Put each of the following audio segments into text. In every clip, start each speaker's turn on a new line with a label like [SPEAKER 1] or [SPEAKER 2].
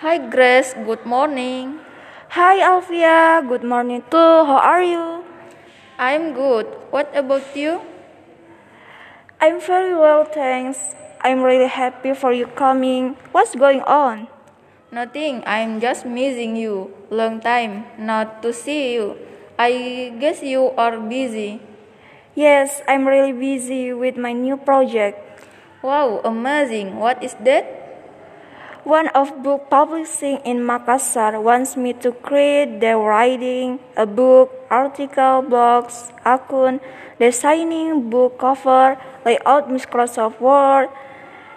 [SPEAKER 1] Hi Grace, good morning.
[SPEAKER 2] Hi Alvia, good morning too. How are you?
[SPEAKER 1] I'm good. What about you?
[SPEAKER 2] I'm very well, thanks. I'm really happy for you coming. What's going on?
[SPEAKER 1] Nothing. I'm just missing you. Long time not to see you. I guess you are busy.
[SPEAKER 2] Yes, I'm really busy with my new project.
[SPEAKER 1] Wow, amazing. What is that?
[SPEAKER 2] One of book publishing in Makassar wants me to create their writing, a book, article, blogs, account, designing book cover, layout Microsoft Word,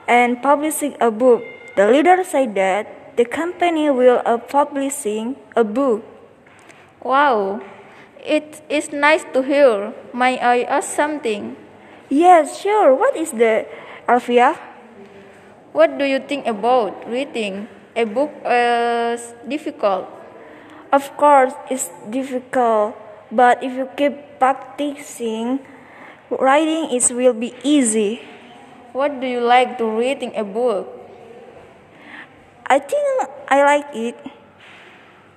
[SPEAKER 2] and publishing a book. The leader said that the company will uh, publishing a book.
[SPEAKER 1] Wow. It is nice to hear. May I ask something?
[SPEAKER 2] Yes, sure. What is the Alvia?
[SPEAKER 1] What do you think about reading a book is difficult?
[SPEAKER 2] Of course, it's difficult, but if you keep practicing, writing it will be easy.
[SPEAKER 1] What do you like to reading a book?
[SPEAKER 2] I think I like it.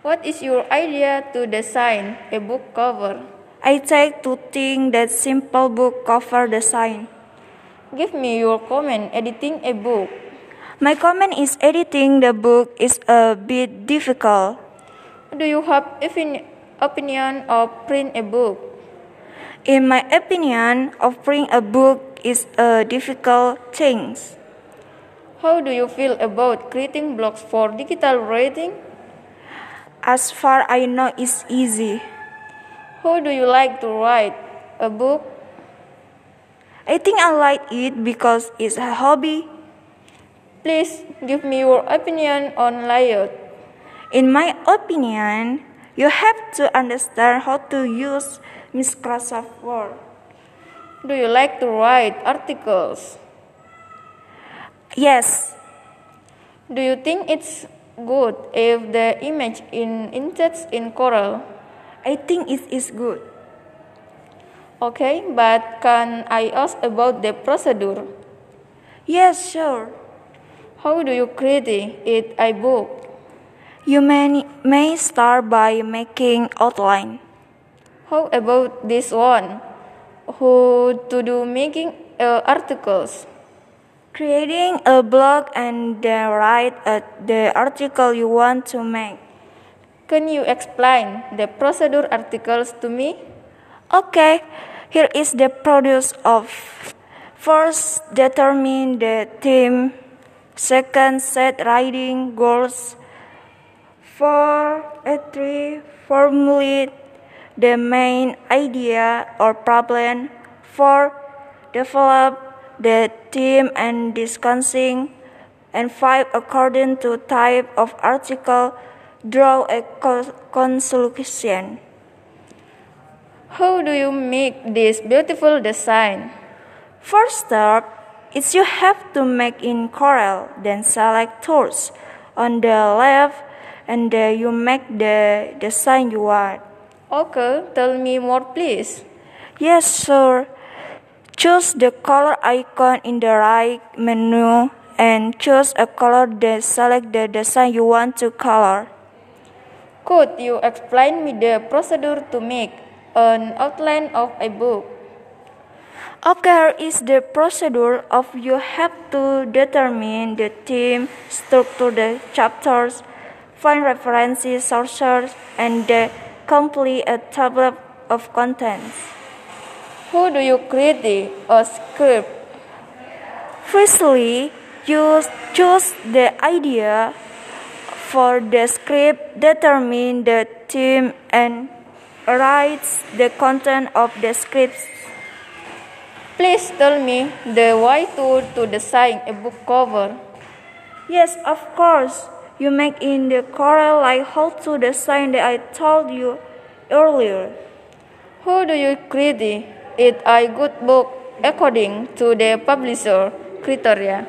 [SPEAKER 1] What is your idea to design a book cover?
[SPEAKER 2] I take to think that simple book cover design.
[SPEAKER 1] Give me your comment editing a book.
[SPEAKER 2] My comment is editing the book is a bit difficult.
[SPEAKER 1] Do you have an opinion of print a book?
[SPEAKER 2] In my opinion, offering a book is a difficult thing.
[SPEAKER 1] How do you feel about creating blogs for digital writing?
[SPEAKER 2] As far I know, it's easy.
[SPEAKER 1] How do you like to write a book?
[SPEAKER 2] I think I like it because it's a hobby.
[SPEAKER 1] Please give me your opinion on layout.
[SPEAKER 2] In my opinion, you have to understand how to use Microsoft Word.
[SPEAKER 1] Do you like to write articles?
[SPEAKER 2] Yes,
[SPEAKER 1] Do you think it's good if the image in inserts in Corel?
[SPEAKER 2] I think it is good.
[SPEAKER 1] Okay, but can I ask about the procedure?
[SPEAKER 2] Yes, sure.
[SPEAKER 1] How do you create it a book?
[SPEAKER 2] You may, may start by making outline.
[SPEAKER 1] How about this one? Who to do making uh, articles?
[SPEAKER 2] Creating a blog and then write uh, the article you want to make.
[SPEAKER 1] Can you explain the procedure articles to me?
[SPEAKER 2] Okay, here is the produce of. First, determine the theme. Second, set writing goals. Four, uh, three, formulate the main idea or problem. Four, develop the theme and discussing. And five, according to type of article, draw a co- conclusion.
[SPEAKER 1] How do you make this beautiful design?
[SPEAKER 2] First step is you have to make in Corel, then select tools on the left and then you make the design you want.
[SPEAKER 1] Okay, tell me more please.
[SPEAKER 2] Yes, sir. Choose the color icon in the right menu and choose a color then select the design you want to color.
[SPEAKER 1] Could you explain me the procedure to make an outline of a book?
[SPEAKER 2] Okay, here is the procedure of you have to determine the theme, structure the chapters, find references, sources, and then complete a table of contents.
[SPEAKER 1] How do you create a script?
[SPEAKER 2] Firstly, you choose the idea for the script, determine the theme, and write the content of the script.
[SPEAKER 1] Please tell me the why tool to design a book cover.
[SPEAKER 2] Yes, of course. You make in the Corel like how to design that I told you earlier.
[SPEAKER 1] How do you create it a good book according to the publisher criteria?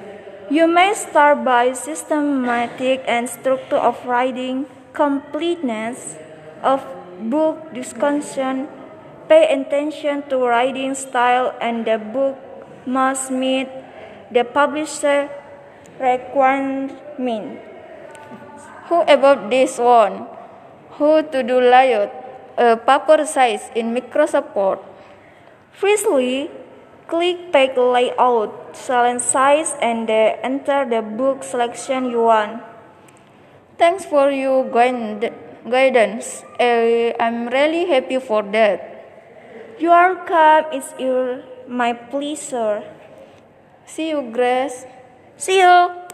[SPEAKER 2] You may start by systematic and structure of writing, completeness of book discussion, pay attention to writing style, and the book must meet the publisher requirement.
[SPEAKER 1] Who about this one? Who to do layout? A paper size in Microsoft Word.
[SPEAKER 2] Firstly, click Pack Layout, select size, and then enter the book selection you want.
[SPEAKER 1] Thanks for your guid- guidance. Eh, I'm really happy for that.
[SPEAKER 2] Your cup is your my pleasure.
[SPEAKER 1] See you, Grace.
[SPEAKER 2] See you.